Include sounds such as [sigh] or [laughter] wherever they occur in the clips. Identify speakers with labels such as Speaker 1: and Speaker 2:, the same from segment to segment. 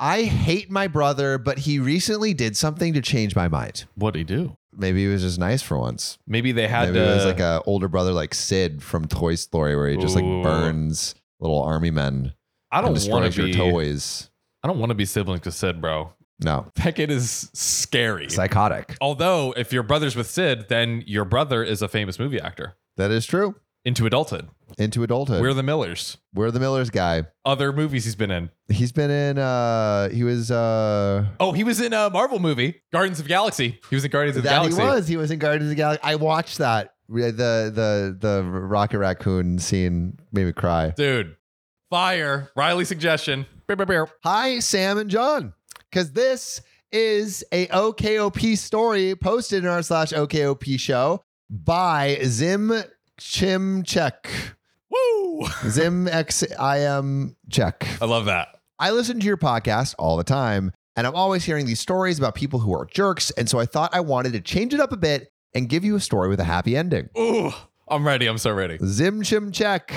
Speaker 1: I hate my brother, but he recently did something to change my mind.
Speaker 2: What'd he do?
Speaker 1: Maybe he was just nice for once.
Speaker 2: Maybe they had
Speaker 1: Maybe
Speaker 2: to,
Speaker 1: it was like a older brother like Sid from Toy Story, where he just
Speaker 2: Ooh.
Speaker 1: like burns little army men
Speaker 2: I
Speaker 1: and
Speaker 2: don't want
Speaker 1: destroys
Speaker 2: to
Speaker 1: your
Speaker 2: be.
Speaker 1: toys.
Speaker 2: I don't want to be siblings with Sid, bro. [laughs]
Speaker 1: No,
Speaker 2: That kid is scary.
Speaker 1: psychotic.
Speaker 2: Although, if your brother's with Sid, then your brother is a famous movie actor
Speaker 1: That is true.
Speaker 2: into adulthood.
Speaker 1: Into adulthood.
Speaker 2: We're
Speaker 1: We're,
Speaker 2: the Millers.
Speaker 1: the Miller's guy.
Speaker 2: Other movies he's been in.
Speaker 1: He's been in. uh He was. uh
Speaker 2: Oh, he was in a Marvel movie, Guardians of the Galaxy. He was in Guardians of the
Speaker 1: That
Speaker 2: Galaxy.
Speaker 1: he was. He was in Guardians of the Galaxy. I watched that. Re- The the the Rocket Raccoon scene made me cry.
Speaker 2: Dude, fire. Riley suggestion. Bear, bear, bear.
Speaker 1: Hi, Sam and John. Because this is a OKOP story posted in our slash OKOP show by Zim Chimchek.
Speaker 2: Woo! [laughs]
Speaker 1: Zim X I M Check.
Speaker 2: I love that.
Speaker 1: I listen to your podcast all the time, and I'm always hearing these stories about people who are jerks. And so I thought I wanted to change it up a bit and give you a story with a happy ending.
Speaker 2: Ooh, I'm ready. I'm so ready.
Speaker 1: Zim Chim Check.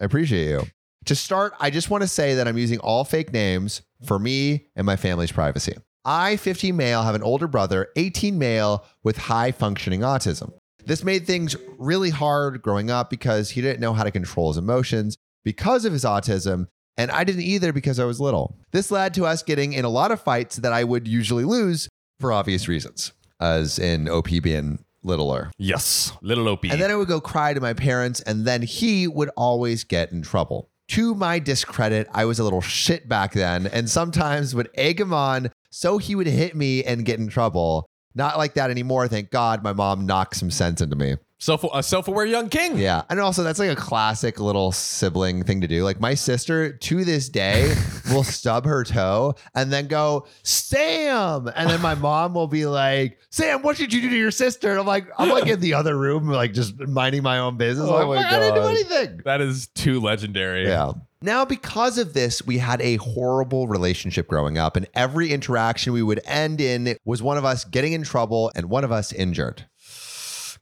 Speaker 1: I appreciate you. To start, I just want to say that I'm using all fake names for me and my family's privacy. I, 15 male, have an older brother, 18 male, with high functioning autism. This made things really hard growing up because he didn't know how to control his emotions because of his autism, and I didn't either because I was little. This led to us getting in a lot of fights that I would usually lose for obvious reasons, as in OP being littler.
Speaker 2: Yes. Little Opie.
Speaker 1: And then I would go cry to my parents, and then he would always get in trouble. To my discredit, I was a little shit back then and sometimes would egg him on so he would hit me and get in trouble. Not like that anymore. Thank God my mom knocked some sense into me.
Speaker 2: Self, a self-aware young king.
Speaker 1: Yeah. And also, that's like a classic little sibling thing to do. Like, my sister to this
Speaker 2: [laughs]
Speaker 1: day will stub her toe and then go, Sam. And
Speaker 2: [laughs]
Speaker 1: then my mom will be like, Sam, what did you do to your sister? And I'm like, I'm like in the other room, like just minding my own business.
Speaker 2: Oh
Speaker 1: like,
Speaker 2: my
Speaker 1: "Fuck, I didn't do
Speaker 2: God.
Speaker 1: anything.
Speaker 2: That is too legendary.
Speaker 1: Yeah. Now, because of this, we had a horrible relationship growing up, and every interaction we would end in was one of us getting in trouble and one of us injured.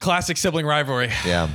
Speaker 2: Classic
Speaker 1: [sighs]
Speaker 2: sibling rivalry. [sighs]
Speaker 1: Yeah.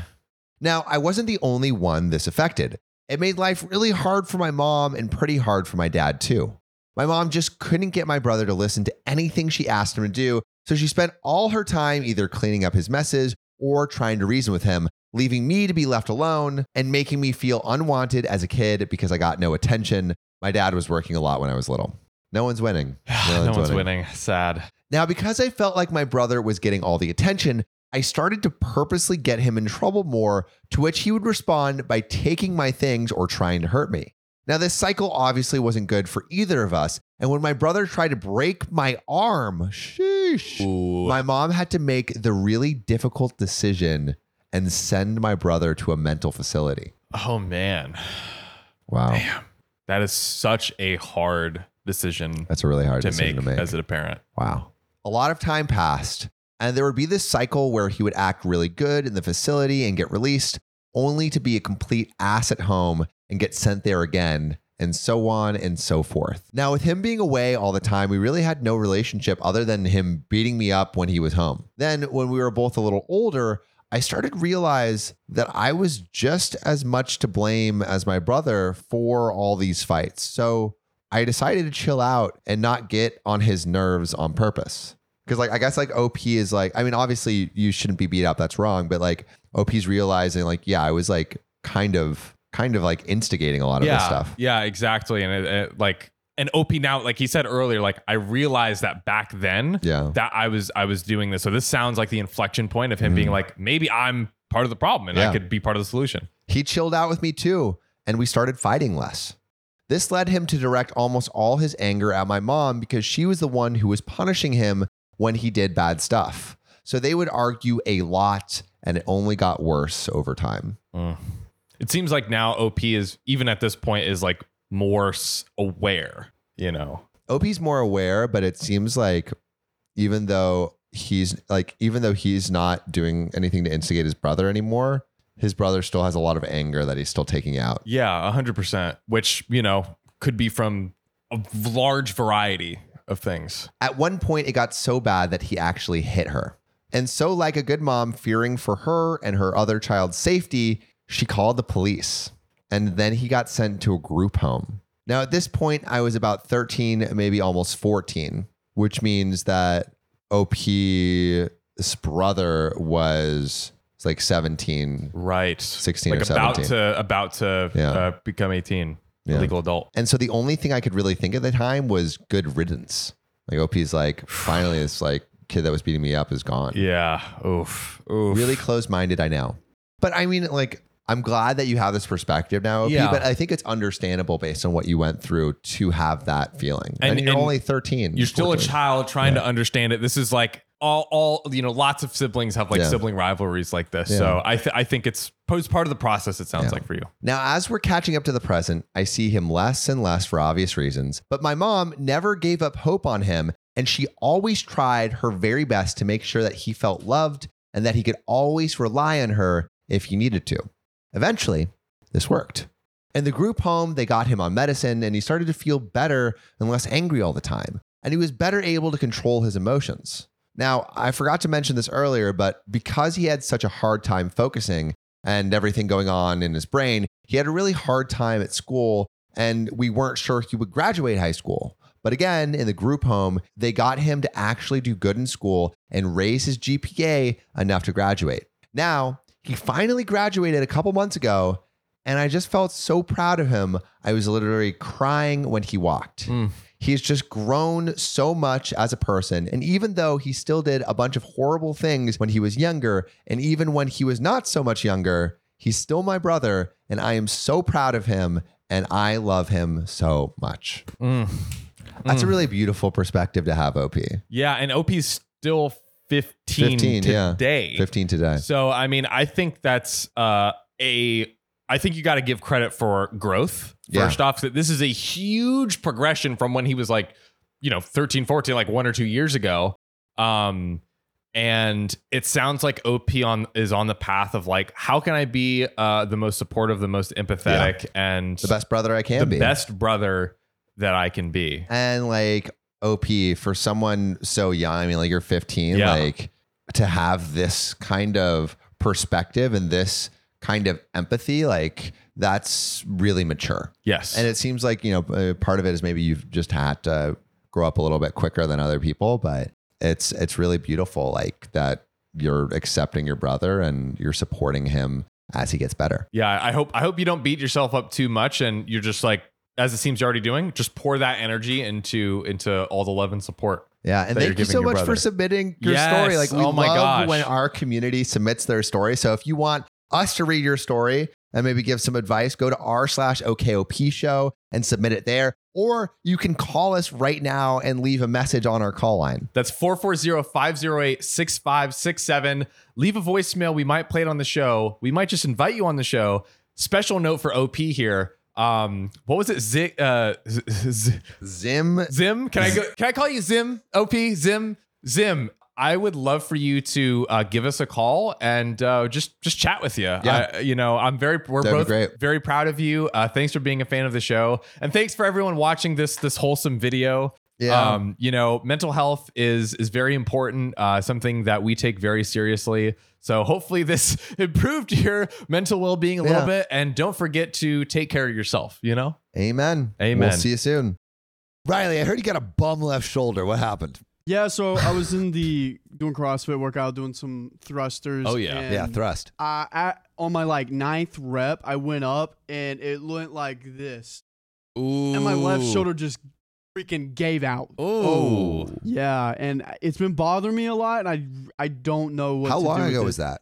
Speaker 1: Now, I wasn't the only one this affected. It made life really hard for my mom and pretty hard for my dad, too. My mom just couldn't get my brother to listen to anything she asked him to do, so she spent all her time either cleaning up his messes or trying to reason with him, leaving me to be left alone and making me feel unwanted as a kid because I got no attention. My dad was working a lot when I was little. No one's
Speaker 2: [sighs]
Speaker 1: winning.
Speaker 2: no one's winning. Sad.
Speaker 1: Now, because I felt like my brother was getting all the attention, I started to purposely get him in trouble more, to which he would respond by taking my things or trying to hurt me. Now, this cycle obviously wasn't good for either of us. And when my brother tried to break my arm, sheesh,
Speaker 2: Ooh.
Speaker 1: my mom had to make the really difficult decision and send my brother to a mental facility.
Speaker 2: oh man.
Speaker 1: Wow.
Speaker 2: Damn. That is such a hard decision
Speaker 1: That's a really hard
Speaker 2: to
Speaker 1: decision
Speaker 2: make,
Speaker 1: to make.
Speaker 2: as a parent.
Speaker 1: Wow. A lot of time passed, and there would be this cycle where he would act really good in the facility and get released, only to be a complete ass at home and get sent there again, and so on and so forth. Now, with him being away all the time, we really had no relationship other than him beating me up when he was home. Then, when we were both a little older, I started to realize that I was just as much to blame as my brother for all these fights. So, I decided to chill out and not get on his nerves on purpose. Cause like I guess like OP is like I mean obviously you shouldn't be beat up that's wrong but like OP's realizing like yeah I was like kind of kind of like instigating a lot of
Speaker 2: yeah,
Speaker 1: this stuff.
Speaker 2: Yeah, exactly. And it, it, like, and Opie now, like he said earlier, like I realized that back then
Speaker 1: Yeah.
Speaker 2: that I was I was doing this. So this sounds like the inflection point of him
Speaker 1: Mhm.
Speaker 2: being like, maybe I'm part of the problem and
Speaker 1: Yeah.
Speaker 2: I could be part of the solution.
Speaker 1: He chilled out with me too and we started fighting less. This led him to direct almost all his anger at my mom because she was the one who was punishing him when he did bad stuff. So they would argue a lot and it only got worse over time.
Speaker 2: Mm. It seems like now OP is even at this point is like more s- aware. You know,
Speaker 1: Opie's more aware, but it seems like even though he's like even though he's not doing anything to instigate his brother anymore, his brother still has a lot of anger that he's still taking out.
Speaker 2: yeah, hundred percent. Which you know could be from a v- large variety of things.
Speaker 1: At one point it got so bad that he actually hit her. And so like a good mom fearing for her and her other child's safety, she called the police. And then he got sent to a group home. Now, at this point, I was about 13, maybe almost 14, which means that OP's brother was was like 17,
Speaker 2: Right.
Speaker 1: 16
Speaker 2: Like
Speaker 1: or
Speaker 2: about
Speaker 1: 17.
Speaker 2: to about to
Speaker 1: Yeah.
Speaker 2: uh, become 18,
Speaker 1: Yeah.
Speaker 2: legal adult.
Speaker 1: And so the only thing I could really think at the time was good riddance. Like OP's like, finally, this like kid that was beating me up is gone.
Speaker 2: Yeah. Oof. Oof.
Speaker 1: Really close minded, I know. But I mean, like, I'm glad that you have this perspective now, OP,
Speaker 2: Yeah.
Speaker 1: but I think it's understandable based on what you went through to have that feeling. And,
Speaker 2: And-
Speaker 1: you're
Speaker 2: and
Speaker 1: only 13.
Speaker 2: You're still a
Speaker 1: 14.
Speaker 2: child trying to understand it. This is like all, all you know. Lots of siblings have like
Speaker 1: Yeah.
Speaker 2: sibling rivalries like this.
Speaker 1: Yeah.
Speaker 2: So I, th- I think it's pos- part of the process. It sounds
Speaker 1: Yeah.
Speaker 2: like for you.
Speaker 1: Now, as we're catching up to the present, I see him less and less for obvious reasons, but my mom never gave up hope on him, and she always tried her very best to make sure that he felt loved and that he could always rely on her if he needed to. Eventually, this worked. In the group home, they got him on medicine, and he started to feel better and less angry all the time, and he was better able to control his emotions. Now, I forgot to mention this earlier, but because he had such a hard time focusing, and everything going on in his brain, he had a really hard time at school, and we weren't sure he would graduate high school. But again, in the group home, they got him to actually do good in school and raise his GPA enough to graduate. Now, he finally graduated a couple months ago, and I just felt so proud of him. I was literally crying when he walked.
Speaker 2: Mm.
Speaker 1: He's just grown so much as a person. And even though he still did a bunch of horrible things when he was younger, and even when he was not so much younger, he's still my brother. And I am so proud of him. And I love him so much.
Speaker 2: Mm.
Speaker 1: That's a really beautiful perspective to have, OP.
Speaker 2: Yeah, and OP's still 15,
Speaker 1: 15, yeah.
Speaker 2: today.
Speaker 1: 15 today.
Speaker 2: So I mean, I think that's uh, a. I think you got to give credit for growth.
Speaker 1: Yeah.
Speaker 2: First off, that this is a huge progression from when he was like, you know, 13, 14, like one or two years ago. Um, and it sounds like OP on is on the path of like, how can I be uh, the most supportive, the most empathetic, and
Speaker 1: The best brother I can
Speaker 2: the
Speaker 1: be.
Speaker 2: best brother that I can be.
Speaker 1: And like, OP, for someone so young, I mean, like you're 15,
Speaker 2: Yeah.
Speaker 1: like to have this kind of perspective and this kind of empathy, like that's really mature.
Speaker 2: Yes.
Speaker 1: And it seems like, you know, uh, part of it is maybe you've just had to grow up a little bit quicker than other people, but it's it's really beautiful like that you're accepting your brother and you're supporting him as he gets better.
Speaker 2: Yeah, I hope I hope you don't beat yourself up too much and you're just like as it seems you're already doing, just pour that energy into into all the love and support.
Speaker 1: Yeah, and
Speaker 2: That you're
Speaker 1: thank you
Speaker 2: giving
Speaker 1: so
Speaker 2: your
Speaker 1: much for
Speaker 2: brother.
Speaker 1: submitting your
Speaker 2: Yes.
Speaker 1: story. Like we
Speaker 2: Oh my
Speaker 1: love
Speaker 2: gosh.
Speaker 1: when our community submits their story. So if you want us to read your story and maybe give some advice, go to r slash OKOP show and submit it there. Or you can call us right now and leave a message on our call line.
Speaker 2: That's 440-508-6567. Leave a voicemail. We might play it on the show. We might just invite you on the show. Special note for OP here. Um, what was it? Zig uh Z- Z-
Speaker 1: Zim
Speaker 2: Zim?
Speaker 1: [laughs]
Speaker 2: Can I go can I call you Zim? OP? Zim? Zim. I would love for you to uh, give us a call and uh, just just chat with you.
Speaker 1: Yeah.
Speaker 2: I- you know, I'm very we're
Speaker 1: That'd be
Speaker 2: both
Speaker 1: great.
Speaker 2: very proud of you. Uh, thanks for being a fan of the show, and thanks for everyone watching this this wholesome video.
Speaker 1: Yeah.
Speaker 2: Um, you know, mental health is is very important. Uh, something that we take very seriously. So hopefully this [laughs] improved your mental well being a
Speaker 1: Yeah.
Speaker 2: little bit, and don't forget to take care of yourself. You know.
Speaker 1: Amen.
Speaker 2: Amen.
Speaker 1: We'll see you soon. Riley, I heard you got a bum left shoulder. What happened?
Speaker 3: Yeah, so I was in the doing CrossFit workout, doing some thrusters.
Speaker 2: Oh, yeah.
Speaker 3: and,
Speaker 1: yeah, thrust.
Speaker 3: uh, at, on my like ninth rep, I went up and it went like this,
Speaker 2: Ooh.
Speaker 3: and my left shoulder Oh. just freaking gave out.
Speaker 1: Oh.
Speaker 2: Ooh.
Speaker 3: Yeah, and it's been bothering me a lot, and I I don't know what.
Speaker 1: How
Speaker 3: to
Speaker 1: long
Speaker 3: do with
Speaker 1: ago
Speaker 3: it.
Speaker 1: was that?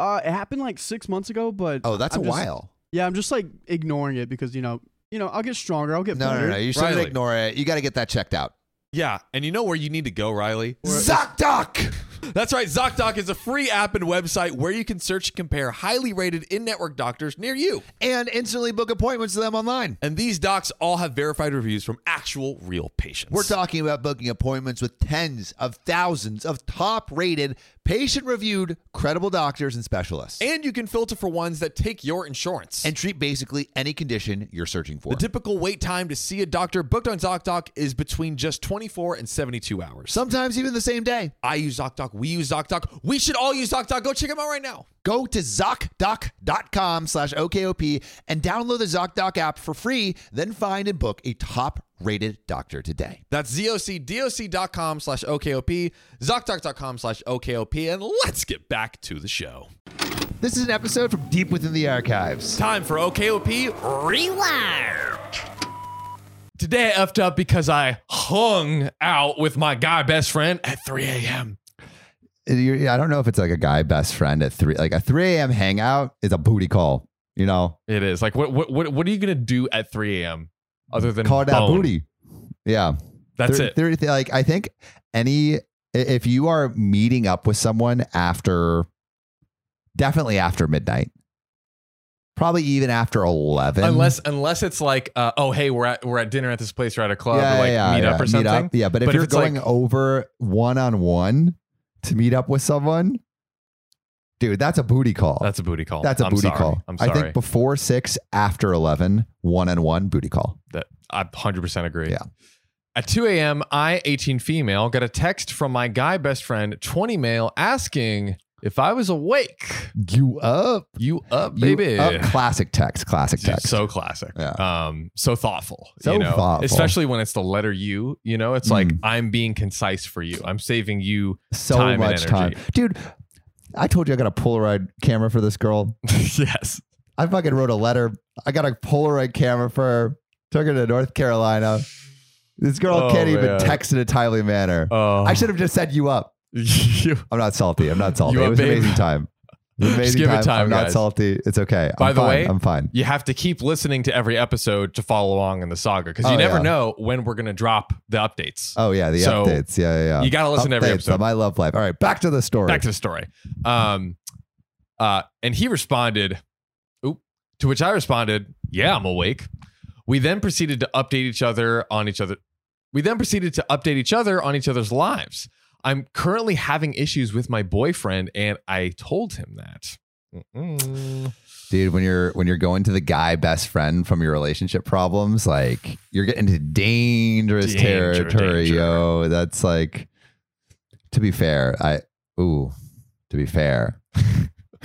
Speaker 3: Uh, it happened like six months ago, but
Speaker 1: Oh, that's
Speaker 3: I'm
Speaker 1: a
Speaker 3: just-
Speaker 1: while.
Speaker 3: Yeah, I'm just like ignoring it because you know, you know, I'll get stronger, I'll get
Speaker 1: No,
Speaker 3: better.
Speaker 1: no, no. You shouldn't
Speaker 4: Riley.
Speaker 1: ignore it. You got to get that checked out.
Speaker 4: Yeah, and you know where you need to go, Riley?
Speaker 1: Zocdoc.
Speaker 4: That's right, ZocDoc is a free app and website where you can search and compare highly rated in network doctors near you.
Speaker 1: and instantly book appointments with them online.
Speaker 4: And these docs all have verified reviews from actual real patients.
Speaker 1: We're talking about booking appointments with tens of thousands of top rated, patient reviewed, credible doctors and specialists.
Speaker 4: and you can filter for ones that take your insurance.
Speaker 1: and treat basically any condition you're searching for.
Speaker 4: the typical wait time to see a doctor booked on ZocDoc is between just 24 and 72 hours.
Speaker 1: Sometimes even the same day.
Speaker 4: I use ZocDoc We use ZocDoc. We should all use ZocDoc. Go check them out right now.
Speaker 5: Go to ZocDoc.com slash OKOP and download the ZocDoc app for free. Then find and book a top rated doctor today.
Speaker 4: That's zocdoc.com slash OKOP, ZocDoc.com slash OKOP, and let's get back to the show.
Speaker 1: This is an episode from deep within the archives.
Speaker 4: Time for OKOP Rewind.
Speaker 2: Today I effed up because I hung out with my guy best friend at 3 a.m.
Speaker 1: You're- I don't know if it's like a guy best friend at three, like a 3 a.m. hangout is a booty call. You know,
Speaker 2: It is like what what what, what are you gonna do at 3 a.m. other than
Speaker 1: call it out
Speaker 2: bone?
Speaker 1: booty. Yeah.
Speaker 2: That's
Speaker 1: Thir-
Speaker 2: it.
Speaker 1: thirty- like I think any i- if you are meeting up with someone after, definitely after midnight, probably even after eleven,
Speaker 2: unless unless it's like uh, oh hey we're at we're at dinner at this place or at a club or like meet up or
Speaker 1: meet
Speaker 2: something.
Speaker 1: yeah, but if
Speaker 2: But if
Speaker 1: you're
Speaker 2: it's
Speaker 1: going
Speaker 2: like-
Speaker 1: over one on one to meet up with someone, dude, that's a booty call.
Speaker 2: That's a booty call.
Speaker 1: that's a
Speaker 2: I'm
Speaker 1: booty
Speaker 2: sorry.
Speaker 1: call.
Speaker 2: I'm sorry.
Speaker 1: I think before six, after 11, one on one booty call.
Speaker 2: that I 100% agree.
Speaker 1: Yeah.
Speaker 2: At 2 a.m., I, 18 female, got a text from my guy best friend, 20 male, asking if I was awake.
Speaker 1: You up,
Speaker 2: You up,
Speaker 1: You
Speaker 2: baby?
Speaker 1: up. Classic text, classic
Speaker 2: Dude,
Speaker 1: text.
Speaker 2: So classic.
Speaker 1: Yeah.
Speaker 2: Um, so thoughtful.
Speaker 1: So
Speaker 2: you know?
Speaker 1: thoughtful.
Speaker 2: Especially when it's the letter U, you know, it's like
Speaker 1: Mm.
Speaker 2: I'm being concise for you. I'm
Speaker 1: [laughs]
Speaker 2: saving you.
Speaker 1: so
Speaker 2: time and
Speaker 1: much time.
Speaker 2: energy.
Speaker 1: Dude, I told you I got a Polaroid camera for this girl.
Speaker 2: yes.
Speaker 1: I fucking wrote a letter. I got a Polaroid camera for her, took her to North Carolina. This girl
Speaker 2: Oh,
Speaker 1: can't even
Speaker 2: man.
Speaker 1: text in a timely manner.
Speaker 2: Oh, [laughs]
Speaker 1: I should have just said you up.
Speaker 2: you,
Speaker 1: I'm not salty. I'm not salty.
Speaker 2: [laughs] You
Speaker 1: It
Speaker 2: up,
Speaker 1: was an
Speaker 2: babe?
Speaker 1: amazing time. It was an
Speaker 2: Just
Speaker 1: amazing
Speaker 2: give it time,
Speaker 1: I'm not
Speaker 2: guys.
Speaker 1: salty. It's okay.
Speaker 2: By
Speaker 1: I'm
Speaker 2: the
Speaker 1: fine.
Speaker 2: way-
Speaker 1: I'm fine.
Speaker 2: you have to keep listening to every episode to follow along in the saga because you
Speaker 1: Oh,
Speaker 2: never
Speaker 1: yeah.
Speaker 2: know when we're going to drop the updates.
Speaker 1: Oh yeah, the
Speaker 2: So,
Speaker 1: updates. Yeah, yeah, yeah.
Speaker 2: you gotta listen to every
Speaker 1: Uh, Updates
Speaker 2: episode.
Speaker 1: on my love life. All right, back to the story.
Speaker 2: Back to the story. Um, uh, and he responded, oop, to which I responded, yeah, I'm awake. We then proceeded to update each other on each other. We then proceeded to update each other on each other's lives. I'm currently having issues with my boyfriend, and I told him that. Mm-mm.
Speaker 1: Dude, when you're when you're going to the guy best friend from your relationship problems, like you're getting into dangerous
Speaker 2: Danger,
Speaker 1: territory,
Speaker 2: danger.
Speaker 1: yo. That's like to be fair, I ooh, to be fair. [laughs]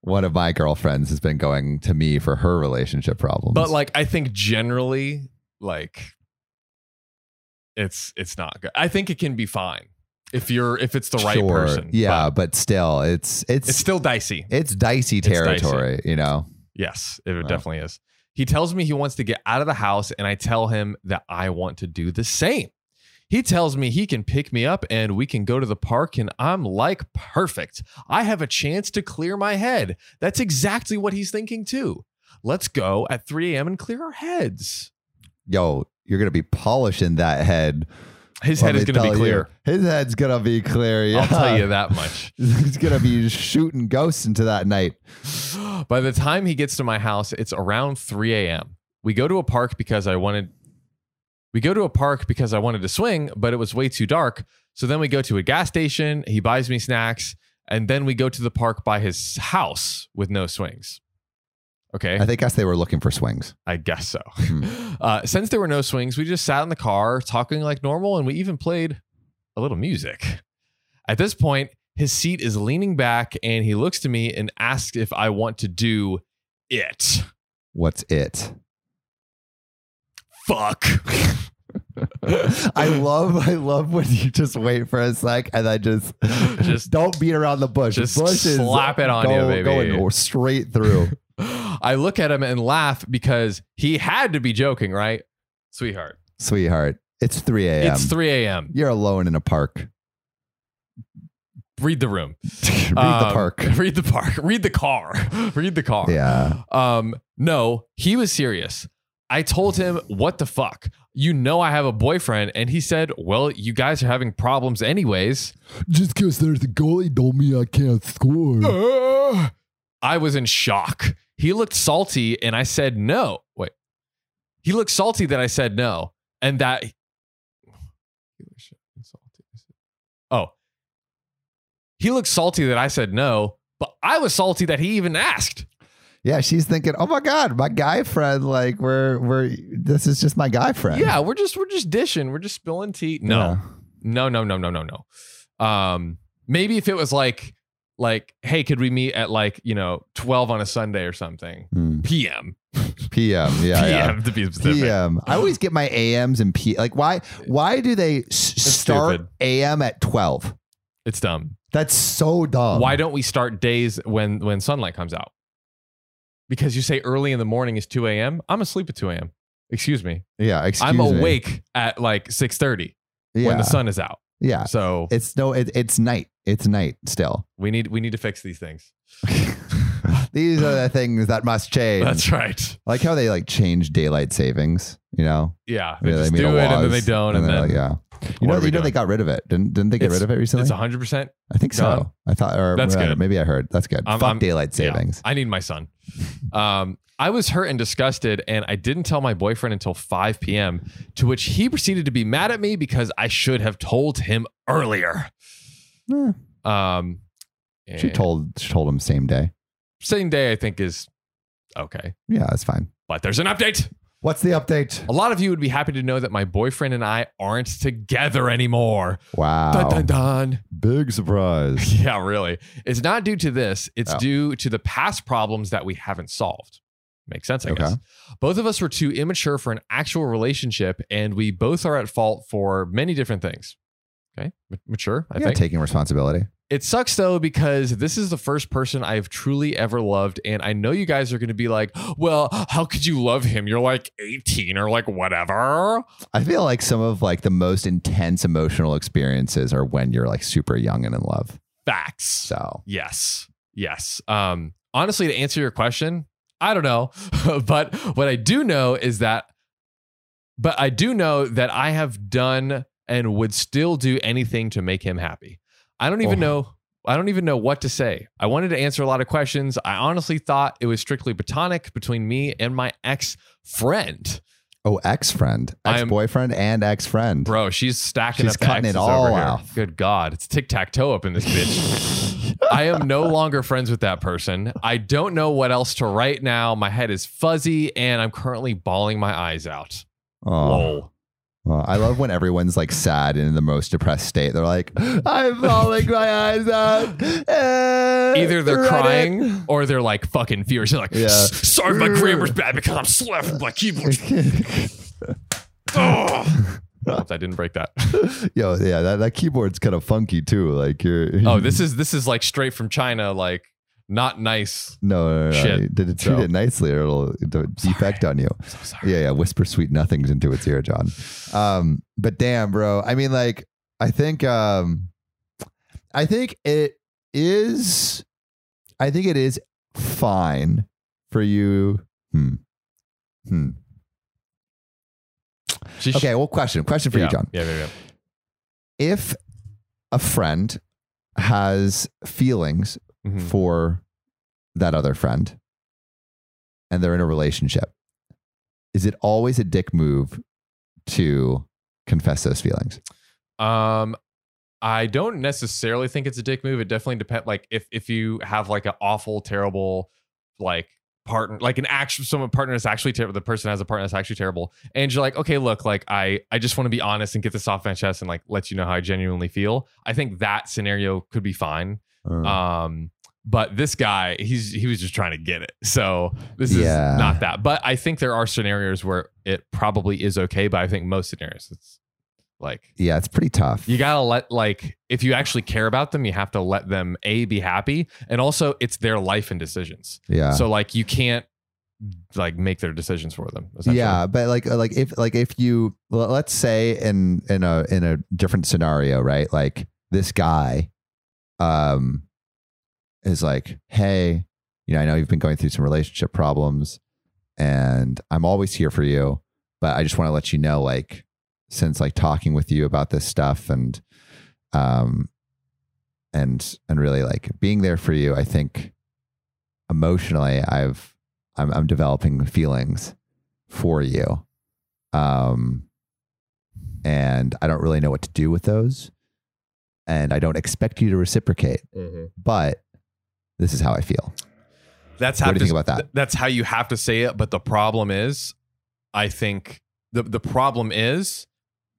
Speaker 1: one of my girlfriends has been going to me for her relationship problems.
Speaker 2: But like, I think generally, like, it's it's not good. I think it can be fine if you're if it's the right
Speaker 1: Sure,
Speaker 2: person.
Speaker 1: Yeah,
Speaker 2: but
Speaker 1: but, still it's it's
Speaker 2: it's
Speaker 1: it's,
Speaker 2: still dicey.
Speaker 1: dicey
Speaker 2: dicey.
Speaker 1: territory, you know.
Speaker 2: Yes, it
Speaker 1: Wow.
Speaker 2: definitely is. He tells me he wants to get out of the house, and I tell him that I want to do the same. He tells me he can pick me up and we can go to the park, and I'm like, perfect. I have a chance to clear my head. That's exactly what he's thinking, too. Let's go at 3 a.m. and clear our heads.
Speaker 1: Yo, you're gonna be polishing that head.
Speaker 2: His
Speaker 1: Let
Speaker 2: head is
Speaker 1: me
Speaker 2: going to
Speaker 1: tell
Speaker 2: be
Speaker 1: you.
Speaker 2: clear.
Speaker 1: His head's gonna be clear. Yeah.
Speaker 2: I'll tell you
Speaker 1: [laughs]
Speaker 2: that much.
Speaker 1: He's gonna be shooting ghosts into that night.
Speaker 2: By the time he gets to my house, it's around 3 a.m. We go to a park because I wanted. We go to a park because I wanted to swing, but it was way too dark. So then we go to a gas station. He buys me snacks, and then we go to the park by his house with no swings. Okay,
Speaker 1: I think guess they were looking for swings.
Speaker 2: I guess so.
Speaker 1: Hmm.
Speaker 2: [laughs] Uh, since there were no swings, we just sat in the car talking like normal, and we even played a little music. At this point, his seat is leaning back, and he looks to me and asks if I want to do it.
Speaker 1: What's it?
Speaker 2: Fuck. [laughs]
Speaker 1: I love, I love when you just wait for a sec and I just,
Speaker 2: Just-
Speaker 1: just [laughs] don't beat around the bush.
Speaker 2: just
Speaker 1: Bush is
Speaker 2: slap it on
Speaker 1: go-
Speaker 2: you, baby.
Speaker 1: Going straight
Speaker 2: [laughs]
Speaker 1: through.
Speaker 2: I look at him and laugh because he had to be joking, right? Sweetheart,
Speaker 1: Sweetheart, it's 3 a.m.
Speaker 2: it's 3 a.m.
Speaker 1: You're alone in a park. [laughs]
Speaker 2: [laughs] Read the room.
Speaker 1: Read the
Speaker 2: Um,
Speaker 1: park.
Speaker 2: Read the park. [laughs] Read the car. read the car.
Speaker 1: Yeah.
Speaker 2: Um, no, he was serious. I told him, "What the fuck? You know I have a boyfriend." And he said, "Well, you guys are having problems anyways."
Speaker 5: Just because there's a goalie don't mean I can't
Speaker 1: [laughs]
Speaker 5: score.
Speaker 2: I was in shock. He looked salty and I said no. Wait. He looked salty that I said no and that [laughs] Oh. He looked salty that I said no, but I was salty that he even asked.
Speaker 1: Yeah. She's thinking, oh my God, my guy friend, like we're, we're, this is just my guy friend.
Speaker 2: Yeah, we're just we're just dishing, we're just spilling tea. No.
Speaker 1: Yeah.
Speaker 2: No, no, no, no, no, no. Um, Maybe if it was like like, hey, could we meet at like, you know, 12 on a Sunday or something?
Speaker 1: Hmm.
Speaker 2: PM.
Speaker 6: PM. Yeah. yeah.
Speaker 2: PM to be specific.
Speaker 1: PM. I always get my AMs and P. Like why? Why do they s- start
Speaker 2: stupid.
Speaker 1: AM at twelve?
Speaker 2: It's dumb.
Speaker 1: That's so dumb.
Speaker 2: Why don't we start days when when sunlight comes out? Because you say early in the morning is 2 a.m. I'm asleep at 2 a.m. Excuse me.
Speaker 6: Yeah. Excuse
Speaker 2: I'm
Speaker 6: me.
Speaker 2: awake at like 6:30
Speaker 1: Yeah.
Speaker 2: when the sun is out.
Speaker 1: yeah.
Speaker 2: So
Speaker 1: It's no. It, it's night. It's night
Speaker 2: [laughs]
Speaker 1: still.
Speaker 2: we need we need to fix these things.
Speaker 1: These are the things that must change.
Speaker 2: That's right.
Speaker 1: I like how they like change daylight savings. You know,
Speaker 2: Yeah, they
Speaker 1: Yeah,
Speaker 2: just
Speaker 1: made
Speaker 2: do
Speaker 1: a
Speaker 2: it and
Speaker 1: laws,
Speaker 2: then they don't, and,
Speaker 1: they're
Speaker 2: then
Speaker 1: like, yeah. You know,
Speaker 2: are we
Speaker 1: you know they
Speaker 2: doing?
Speaker 1: got rid of it. Didn't didn't they get
Speaker 2: It's-
Speaker 1: rid of it recently?
Speaker 2: it's 100. percent
Speaker 1: I think so.
Speaker 2: gone.
Speaker 1: I thought, or
Speaker 2: That's
Speaker 1: I don't know,
Speaker 2: good.
Speaker 1: maybe I heard. That's good.
Speaker 2: I'm-
Speaker 1: Fuck
Speaker 2: I'm-
Speaker 1: daylight savings.
Speaker 2: I need my son. Um, I was hurt and disgusted, and I didn't tell my boyfriend until 5 p.m. To which he proceeded to be mad at me because I should have told him earlier.
Speaker 1: Yeah.
Speaker 2: Um,
Speaker 1: She
Speaker 2: and
Speaker 1: told she told him same day.
Speaker 2: same day. I think is okay,
Speaker 1: Yeah, that's fine.
Speaker 2: but there's an update.
Speaker 1: What's the update?
Speaker 2: A lot of you would be happy to know that my boyfriend and I aren't together anymore.
Speaker 1: Wow.
Speaker 2: Dun dun dun.
Speaker 1: Big surprise.
Speaker 2: Yeah, really. It's not due to this. It's
Speaker 1: Oh.
Speaker 2: due to the past problems that we haven't solved. Makes sense, I
Speaker 1: Okay.
Speaker 2: guess. Both of us were too immature for an actual relationship, and we both are at fault for many different things. Okay, M- mature, [laughs] I
Speaker 1: Yeah,
Speaker 2: think.
Speaker 1: taking responsibility.
Speaker 2: It sucks though because this is the first person I've truly ever loved, and I know you guys are going to be like, "Well, how could you love him? You're like 18 or like whatever."
Speaker 1: I feel like some of like the most intense emotional experiences are when you're like super young and in love.
Speaker 2: Facts.
Speaker 1: So
Speaker 2: Yes. Yes. Um, honestly, to answer your question, I don't know. [laughs] but what I do know is that, but I do know that I have done and would still [laughs] do anything to make him happy. I don't even
Speaker 1: Oh.
Speaker 2: know. I don't even know what to say. I wanted to answer a lot of questions. I honestly thought it was strictly platonic between me and my ex friend.
Speaker 1: oh, ex friend,
Speaker 2: I am-
Speaker 1: ex boyfriend, and ex friend.
Speaker 2: Bro, she's stacking
Speaker 1: She's
Speaker 2: up the
Speaker 1: cutting it
Speaker 2: X's
Speaker 1: all
Speaker 2: over here.
Speaker 1: off.
Speaker 2: Good God. It's tic tac toe up in this bitch. I am no longer friends with that person. I don't know what else to write now. My head is fuzzy and I'm currently bawling my eyes out.
Speaker 1: Oh,
Speaker 2: Lol.
Speaker 1: oh, I love when everyone's like sad and in the most depressed state. They're like, [gasps] I'm falling my eyes out. Eh,
Speaker 2: Either
Speaker 1: Either
Speaker 2: they're crying or they're like fucking fierce. They're like,
Speaker 1: Yeah.
Speaker 2: sorry, my grammar's bad because I'm slapping
Speaker 1: [laughs]
Speaker 2: my keyboard. Oh. Oops, I didn't break that.
Speaker 1: Yo, yeah, that, that keyboard's kind of funky too. Like you're.
Speaker 2: Oh, this is this is like straight from China, like not nice.
Speaker 1: [laughs] No, no, no, no.
Speaker 2: Shit.
Speaker 1: You did it, treat
Speaker 2: So-
Speaker 1: it nicely, or it'll it'll defect on you.
Speaker 2: I'm so sorry.
Speaker 1: Yeah, yeah. Whisper sweet nothings into its ear, John. Um, but damn, bro. I mean, like, I think, um, I think it is, I think it is fine for you. Hmm. Hmm.
Speaker 2: She- she-
Speaker 1: Okay. Well, question. Question for
Speaker 2: yeah,
Speaker 1: you, John.
Speaker 2: Yeah, yeah, yeah.
Speaker 1: If a friend has feelings
Speaker 2: Mhm.
Speaker 1: for that other friend and they're in a relationship, is it always a dick move to confess those feelings?
Speaker 2: Um, I don't necessarily think it's a dick move. It definitely depends. Like if if you have like an awful, terrible, like partner, like an actual someone partner that's actually terrible. The person has a partner that's actually terrible, and you're like, okay, look, like I I just want to be honest and get this off my chest and like let you know how I genuinely feel. I think that scenario could be fine.
Speaker 1: Mm-hmm.
Speaker 2: Um. But this guy, he's he was just trying to get it. So this
Speaker 1: Yeah.
Speaker 2: is not that. But I think there are scenarios where it probably is okay. But I think most scenarios, it's like
Speaker 1: yeah, it's pretty tough.
Speaker 2: you gotta let like if you actually care about them you have to let them a be happy and also it's their life and decisions
Speaker 1: yeah.
Speaker 2: so like you can't like make their decisions for them essentially.
Speaker 1: yeah, but like like if like if you l- let's say in in a in a different scenario, right? Like this guy um is like, "Hey, you know, I know you've been going through some relationship problems and I'm always here for you, but I just want to let you know like since like talking with you about this stuff and um and and really like being there for you, I think emotionally I've I'm I'm developing feelings for you. Um, and I don't really know what to do with those. And I don't expect you to reciprocate, but this is how I feel.
Speaker 2: that's
Speaker 1: What
Speaker 2: how
Speaker 1: do you think about that?
Speaker 2: th- that's how you have to say it but the problem is i think the the problem is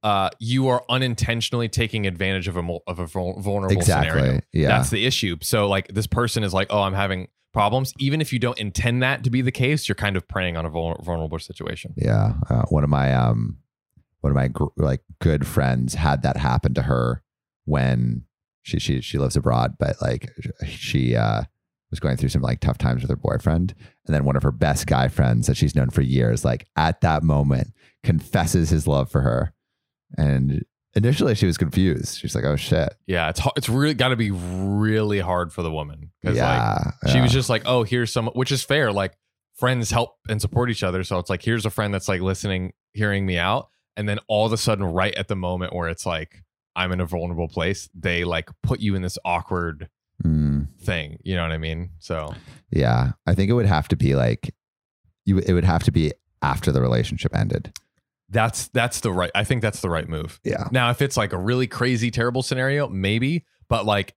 Speaker 2: uh, you are unintentionally taking advantage of a mul- of a vul- vulnerable
Speaker 1: exactly.
Speaker 2: scenario.
Speaker 1: Yeah.
Speaker 2: That's the issue. So like this person is like, oh, I'm having problems. Even if you don't intend that to be the case, you're kind of preying on a vul- vulnerable situation.
Speaker 1: yeah. Uh, one of my um, one of my gr- like good friends had that happen to her when she she she lives abroad, but like she uh was going through some like tough times with her boyfriend, and then one of her best guy friends that she's known for years, like at that moment, confesses his love for her, and initially she was confused. She's like, "Oh shit."
Speaker 2: Yeah, it's ho- it's really got to be really hard for the woman because like
Speaker 1: Yeah,
Speaker 2: she
Speaker 1: yeah.
Speaker 2: was just like, oh, here's some, which is fair. Like friends help and support each other. So it's like, here's a friend that's like listening, hearing me out. And then all of a sudden, right at the moment where it's like, I'm in a vulnerable place, they like put you in this awkward
Speaker 1: Mm.
Speaker 2: thing. You know what I mean? So
Speaker 1: Yeah, I think it would have to be like you. It would have to be after the relationship ended.
Speaker 2: that's, that's the right, I think that's the right move.
Speaker 1: Yeah.
Speaker 2: Now, if it's like a really crazy, terrible scenario, maybe, but like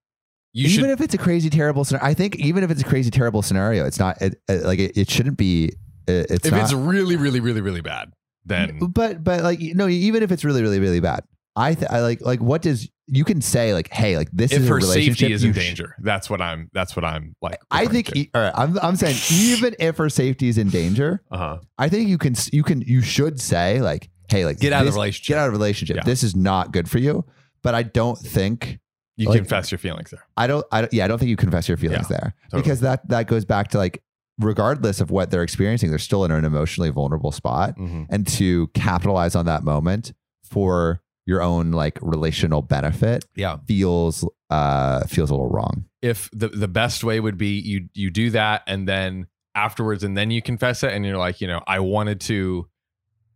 Speaker 2: you
Speaker 1: even
Speaker 2: should,
Speaker 1: if it's a crazy terrible scenario, I think even if it's a crazy terrible scenario, it's not it, it- like it, it shouldn't be. It, it's
Speaker 2: if
Speaker 1: not.
Speaker 2: it's really, really, really, really bad, then
Speaker 1: but but like no, even if it's really really really bad, I th- I like like what does you can say like hey like this
Speaker 2: if
Speaker 1: is a
Speaker 2: her
Speaker 1: relationship
Speaker 2: safety is in
Speaker 1: you sh-
Speaker 2: danger, that's what I'm, that's what I'm like.
Speaker 1: I
Speaker 2: referring
Speaker 1: think
Speaker 2: to.
Speaker 1: e- all right, I'm I'm saying even if her safety is in danger,
Speaker 2: uh-huh.
Speaker 1: I think you can you can you should say like hey like
Speaker 2: Get out of the
Speaker 1: this-
Speaker 2: relationship.
Speaker 1: get out of the relationship.
Speaker 2: Yeah.
Speaker 1: This is not good for you. But I don't think
Speaker 2: You
Speaker 1: Like-
Speaker 2: confess your feelings there.
Speaker 1: I don't, I don't, yeah, I don't think you confess your feelings there
Speaker 2: totally.
Speaker 1: because that, that goes back to like, regardless of what they're experiencing, they're still in an emotionally vulnerable spot.
Speaker 2: Mm-hmm.
Speaker 1: And to capitalize on that moment for your own like relational benefit
Speaker 2: Yeah.
Speaker 1: feels, uh, feels a little wrong.
Speaker 2: If the the best way would be you you do that and then afterwards and then you confess it and you're like, you know, I wanted to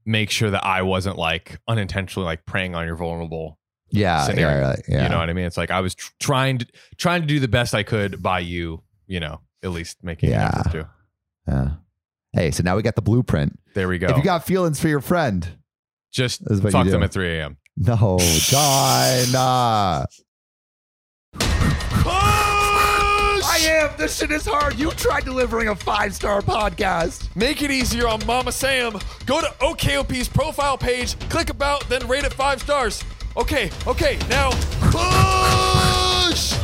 Speaker 2: make sure that I wasn't like unintentionally like preying on your vulnerable.
Speaker 1: Yeah.
Speaker 2: Scenario.
Speaker 1: Yeah. like- yeah.
Speaker 2: You know what I mean? It's like I was tr- trying to trying to do the best I could by you, you know, at least making an
Speaker 1: Yeah.
Speaker 2: effort to.
Speaker 1: Yeah. Hey, so now we got the blueprint.
Speaker 2: There we go.
Speaker 1: If you got feelings for your friend,
Speaker 2: Just
Speaker 1: This is what
Speaker 2: fuck
Speaker 1: you
Speaker 2: them
Speaker 1: do.
Speaker 2: at 3 a.m. [laughs]
Speaker 1: no, John. uh,
Speaker 7: I am. This shit is hard. You tried delivering a five star podcast.
Speaker 4: Make it easier on Mama Sam. Go to OKOP's profile page, click about, then rate it five stars. Okay, okay, now push!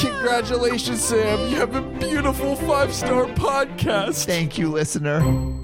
Speaker 4: Congratulations, Sam. You have a beautiful five star podcast.
Speaker 1: Thank you, listener.